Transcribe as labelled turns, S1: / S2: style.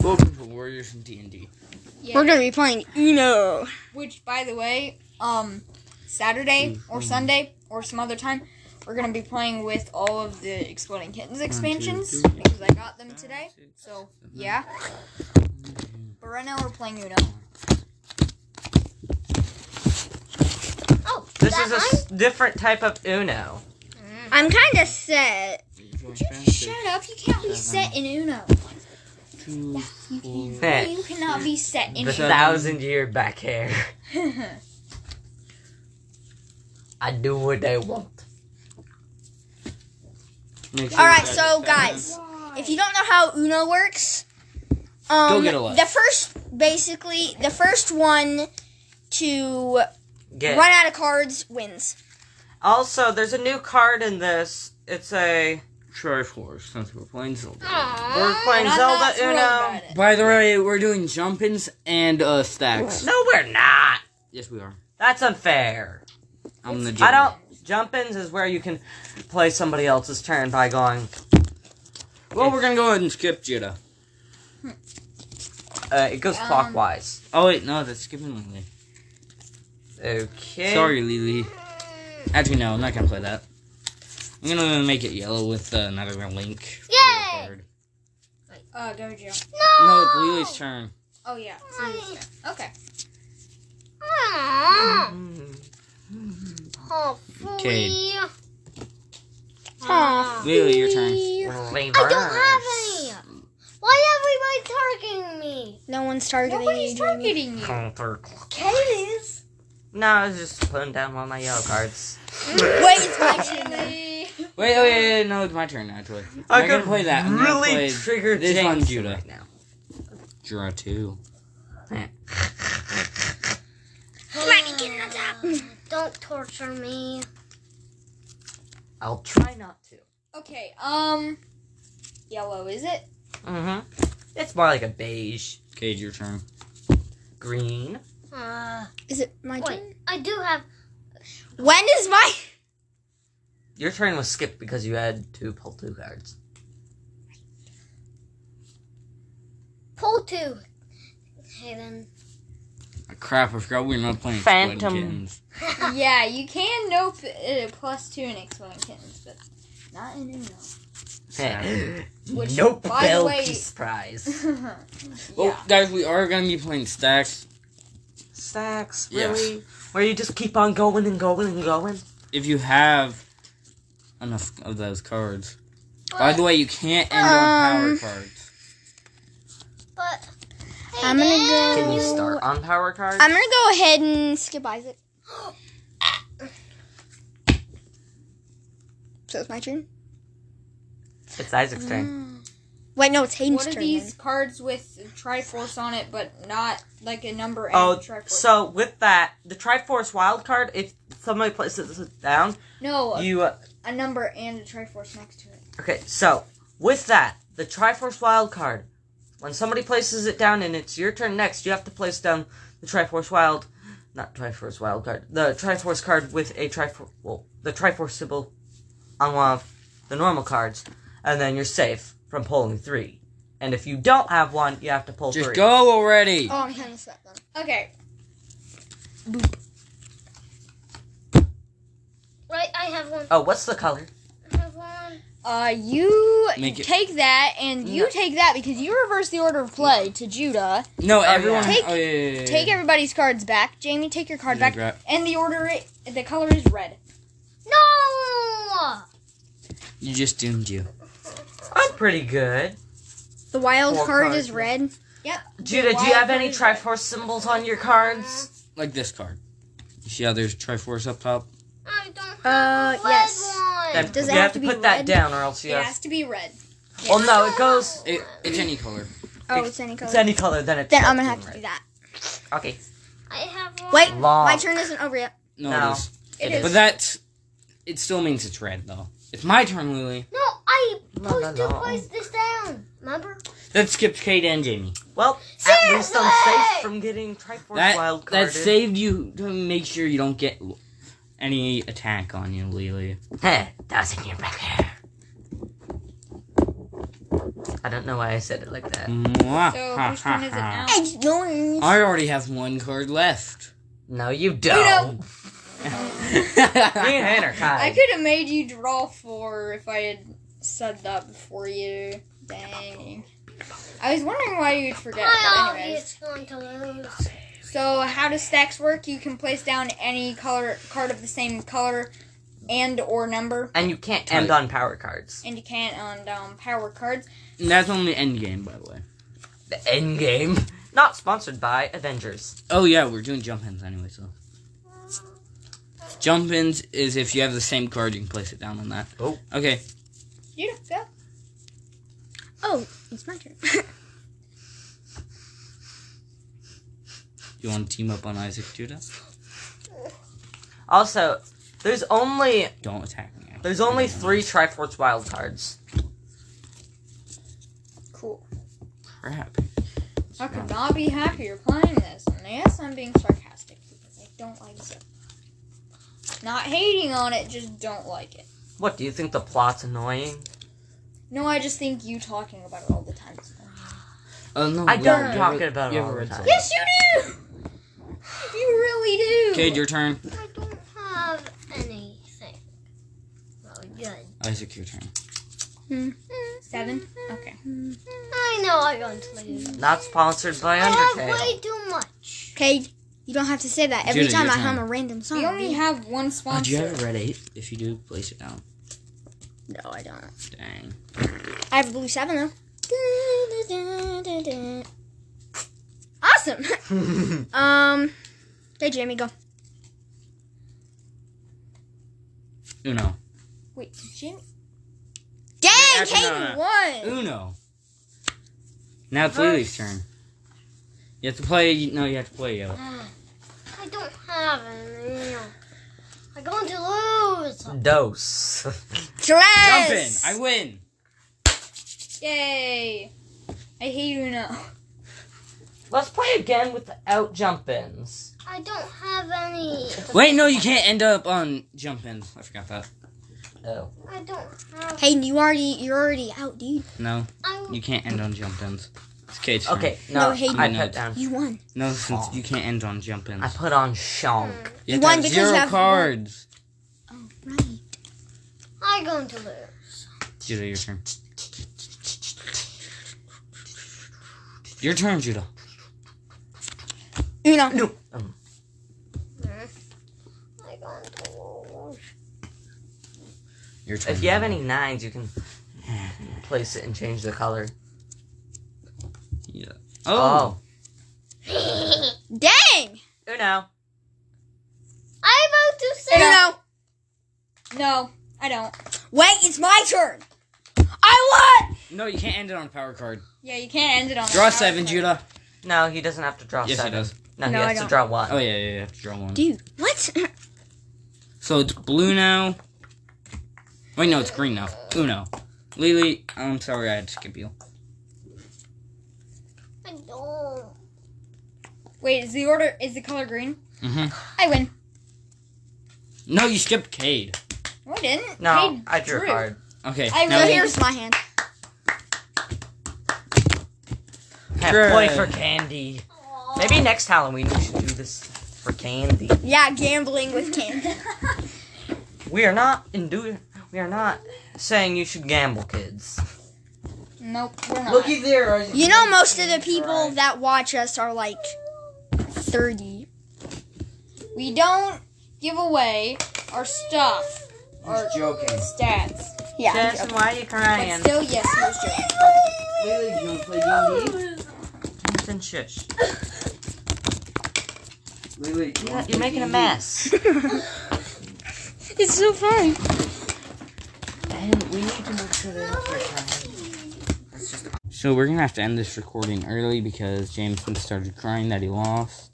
S1: Welcome to Warriors from D&D.
S2: Yeah.
S3: We're gonna be playing Uno.
S2: Which, by the way, um, Saturday or Sunday or some other time, we're gonna be playing with all of the Exploding Kittens expansions
S1: three.
S2: because I got them today. So yeah, but right now we're playing Uno.
S4: Oh,
S5: This
S4: that
S5: is a
S4: mine?
S5: s- different type of Uno.
S3: I'm kind of set.
S4: Shut up! You can't be set in Uno. You cannot be set in
S5: The
S1: Seven.
S5: thousand year back hair.
S4: Uno.
S5: I do what I want.
S3: All right, so guys, if you don't know how Uno works, um,
S1: Go get a life.
S3: the first basically the first one to
S5: Get.
S3: run out of cards wins.
S5: Also, there's a new card in this. It's a.
S1: Triforce, since we're playing Zelda.
S5: We're playing
S2: And I'm not
S5: Zelda
S2: thrilled
S5: Uno.
S2: about it.
S1: By the way, we're doing jump-ins and uh, stacks.
S5: No, we're not.
S1: Yes, we are.
S5: That's unfair.
S1: I'm the
S5: I don't. Jump ins is where you can play somebody else's turn by going,
S1: Well, we're gonna go ahead and skip Judah.
S5: uh, it goes
S2: Um,
S5: clockwise.
S1: Oh wait, no, that's skipping Lily.
S5: Okay.
S1: Sorry, Lily. Actually, no, I'm not gonna play that. I'm gonna make it yellow with uh, another link. for a
S4: Yay!
S1: card.
S2: Uh, go Joe.
S4: No.
S1: No, it's Lily's turn.
S2: Oh yeah. so you just- Okay.
S4: Aw.
S5: Mm-hmm.
S4: Oh,
S1: Okay.
S4: flea.
S3: Aw.
S1: Lily, your turn.
S4: flea. I don't
S5: Reverse.
S4: have any. Why everybody targeting me?
S3: No one's targeting.
S2: Nobody's
S3: me.
S2: targeting you.
S5: Counter-
S2: Katie's.
S5: No, I was just putting down all my yellow cards.
S3: Wait, it's my turn. then.
S1: Wait, oh yeah, yeah, yeah, no, it's my turn actually. I'm not gonna
S5: could
S1: play that. I'm gonna
S5: really
S1: play
S5: trigger
S1: this
S5: James
S1: on Judah.
S5: right now.
S1: Draw two.
S4: Let me get on top. Don't torture me.
S5: I'll try not to.
S2: Okay. Um, yellow is it?
S5: Mm-hmm. It's more like a beige,
S1: Cage, your turn.
S5: green.
S4: Uh,
S3: Is it my
S4: wait,
S3: turn?
S4: I do have.
S3: When is my?
S5: Your turn was skipped because you had two pull two cards.
S4: Pull two. Okay then.
S1: Crap, I forgot we're not playing
S5: Phantom.
S1: Splitting Kittens.
S3: Ah.
S2: yeah, you can nope uh, plus two in Exploding Kittens, but not in Uno. Which,
S5: nope,
S2: by the
S5: Bell
S2: way-
S5: Peace Prize.
S2: yeah.
S1: Well, Oh, guys, we are gonna be playing stacks.
S5: Stacks,
S1: Yes.
S5: really? Where you just keep on going and going and going?
S1: If you have enough of those cards. By the way, you can't end on power
S3: Um,
S1: cards.
S4: But.
S3: I'm gonna go-
S5: Can you start on power cards?
S3: I'm gonna go ahead and skip Isaac. So it's my turn.
S5: It's Isaac's turn.
S2: Mm,
S3: Wait, no, it's Hayden's
S2: What are
S3: turn.
S2: these cards with Triforce on it, but not like a number and
S5: Oh,
S2: Triforce?
S5: so with that, the Triforce wild card, if somebody places it down,
S2: no,
S5: you uh,
S2: a number and a Triforce next to it.
S5: Okay, so with that, the Triforce Wild card. When somebody places it down and it's your turn next, you have to place down the Triforce Wild, not Triforce Wild card, the Triforce card with a Triforce, well, the Triforce symbol on one of the normal cards, and then you're safe from pulling three. And if you don't have one, you have to pull
S1: Just
S5: three.
S1: go already.
S3: Oh, I'm kind of set then.
S2: Okay.
S4: Right, I have one.
S5: Oh, what's the color?
S4: I have one.
S2: Uh, you
S1: Make it-
S2: take that, and you
S5: No.
S2: take that because you reverse the order of play to Judah.
S1: No, everyone.
S2: Take-
S1: oh, yeah, yeah, yeah,
S2: Take
S1: yeah.
S2: everybody's cards back. Jamie, take your card
S1: Yeah,
S2: back.
S1: grab-
S2: And the order, it, the color is red.
S4: No.
S1: You just doomed you.
S5: I'm pretty good.
S3: The wild
S5: Four
S3: card
S5: cards.
S3: is red.
S5: Judah, do
S2: wild
S5: you have any
S2: card is
S5: Triforce symbols on your cards?
S1: Like this card. You see how there's Triforce up top?
S4: I don't have
S3: Uh,
S4: a red
S3: yes.
S4: one.
S5: Then
S3: Does it
S5: you
S3: have
S5: have
S3: to be
S5: to put that
S3: red?
S5: down, or else you
S2: It
S5: have.
S2: has to be red.
S5: Well, no, it goes.
S1: It, it's any color.
S3: Oh, it's any color.
S5: It's any color, then it's.
S3: then I'm gonna have
S5: fucking
S3: to do that.
S5: red. Okay.
S4: I have one.
S3: Wait,
S5: Long.
S3: my turn isn't over yet.
S1: No,
S5: No.
S1: it is.
S2: It
S5: It
S2: is.
S1: But that's. It still means it's red, though. It's my turn, Lily.
S4: No, I
S5: No,
S3: Oh,
S4: supposed
S5: no,
S4: to
S5: no.
S4: place this down. Remember?
S1: That skips Kate and Jamie.
S5: Well, at least I'm safe from getting Triforce
S1: That,
S5: wild
S1: that
S5: carded.
S1: saved you to make sure you don't get l- any attack on you, Lily.
S5: Heh, that was in your back hair. I don't know why I said it like that.
S1: Mwah,
S2: So,
S1: ha,
S2: which one
S1: ha,
S2: is it
S1: ha.
S2: now?
S3: I just don't.
S1: I already have one card left.
S5: No, you don't. You and her, Kai.
S2: I could have made you draw four if I had said that before you. Dang. I was wondering why you'd forget.
S4: I
S2: But anyways.
S4: always going to lose.
S2: So how do stacks work? You can place down any color card of the same color and or number,
S5: And you can't
S1: Type.
S5: end on power cards.
S2: and you can on um, power cards.
S1: And That's only end game, by the way.
S5: The end game. Not sponsored by Avengers.
S1: Oh yeah, we're doing jump ins anyway, so. Jump ins is if you have the same card, you can place it down on that.
S5: Oh.
S1: Okay.
S2: You go.
S3: Oh, it's my turn.
S1: You want to team up on Isaac Judah?
S5: Also, there's only
S1: Don't attack me.
S5: there's only three Triforce wild cards.
S2: Cool.
S1: Crap.
S2: I could not be happier playing this. And yes, I'm being sarcastic. I don't like it. Not hating on it, just don't like it.
S5: What do you think the plot's annoying?
S2: No, I just think you talking about it all the time. is annoying.
S1: Oh, no,
S5: I
S1: you
S5: don't
S1: ever-
S5: talk
S1: you ever-
S5: about it
S1: you
S5: all
S1: ever
S5: the
S1: read
S5: time.
S1: something?
S2: Yes, you do. You really do.
S1: Kid, your turn.
S4: I don't have anything. Well, good.
S1: Isaac, your turn.
S2: Seven. Okay.
S4: I know I'm going to lose.
S5: Not sponsored by
S4: I have
S5: Undertale.
S4: way too much.
S3: Okay, you don't have to say that every
S1: Judah,
S3: time
S1: your
S3: I hum
S1: turn.
S3: a random song.
S2: We only
S3: dude.
S2: have one
S1: Oh,
S2: sponsor.
S1: do you have a red eight? If you do, place it down.
S3: no, I don't.
S1: Dang.
S3: I have a blue seven though. Awesome. um. Okay, Jamie, go.
S1: Uno.
S2: Wait, did Jimmy?
S3: Dang,
S1: actually, no, no,
S3: Katie won.
S1: Uno. Now it's Lily's turn. You have to play. No, you have to play yellow.
S4: Ah, I don't have any. I'm going to lose.
S5: Dose.
S1: Jump in.
S3: Dress.
S1: I win.
S2: Yay! I hate Uno.
S5: Let's play again without jump ins.
S4: I don't have any.
S1: Wait, no, you can't end up on jump in. I forgot that.
S5: Oh.
S4: I don't have.
S3: Hayden, you already you're already out, dude.
S1: No,
S4: I,
S1: you can't end on jump ins. It's Kate's turn.
S5: Okay,
S3: No,
S5: no,
S3: Hayden.
S5: I
S1: No,
S5: put
S1: it's-
S5: down.
S3: You won.
S1: No, since you can't end on jump ins.
S5: I put on Shonk.
S1: You have to
S3: One
S1: have
S3: because
S1: zero
S3: you have-
S1: cards.
S3: Oh right.
S4: I'm going to lose.
S1: Judah, your turn. Your turn, Judah.
S3: Uno.
S5: No.
S4: I'm going to lose.
S1: Your turn.
S5: If you have any nines, you can place it and change the color.
S1: Oh.
S3: Dang.
S5: oh. Uno.
S4: I'm about to say.
S3: Uno.
S2: No, I don't.
S3: Wait, it's my turn. I won.
S1: No, you can't end it on a power card.
S2: Yeah, you can't end it on.
S1: Draw
S2: a
S1: seven,
S2: card.
S1: Judah.
S5: No, he doesn't have to draw
S1: Yes, he
S5: seven.
S1: does.
S5: No, he
S2: No, I
S5: has to
S2: don't.
S5: draw one.
S1: Oh, yeah, yeah, yeah. Draw one.
S3: Dude, what?
S1: So it's blue now. Wait, no, it's green now. Uno. Lily, I'm sorry I had to skip you.
S4: I don't.
S2: Wait, is the order is the color green?
S1: hmm
S2: I win.
S1: No, you skipped Cade.
S2: No, I didn't.
S5: No,
S2: Hey,
S5: I drew a card.
S1: Okay.
S2: I
S1: now
S3: so
S2: really-
S1: you-
S3: here's my hand.
S5: Have
S1: Good.
S5: play for candy. Maybe next Halloween we should do this for candy.
S3: Yeah, gambling with candy.
S5: We are not endu- We are not saying you should gamble, kids.
S2: Nope, we're not.
S5: there.
S3: you know, most of the people that watch us are like thirty.
S2: We don't give away our stuff. Our
S1: joking.
S2: stats.
S3: Yeah.
S5: Jackson, why are you
S2: But
S5: crying?
S2: still, yes, he was joking.
S1: Lily, you want to play D&D?
S5: Jackson, shush.
S1: Lily,
S5: Yeah, You're making a mess.
S3: it's so fun.
S5: and we need to make sure they're not crying.
S1: So we're gonna have to end this recording early because Jameson started crying that he lost.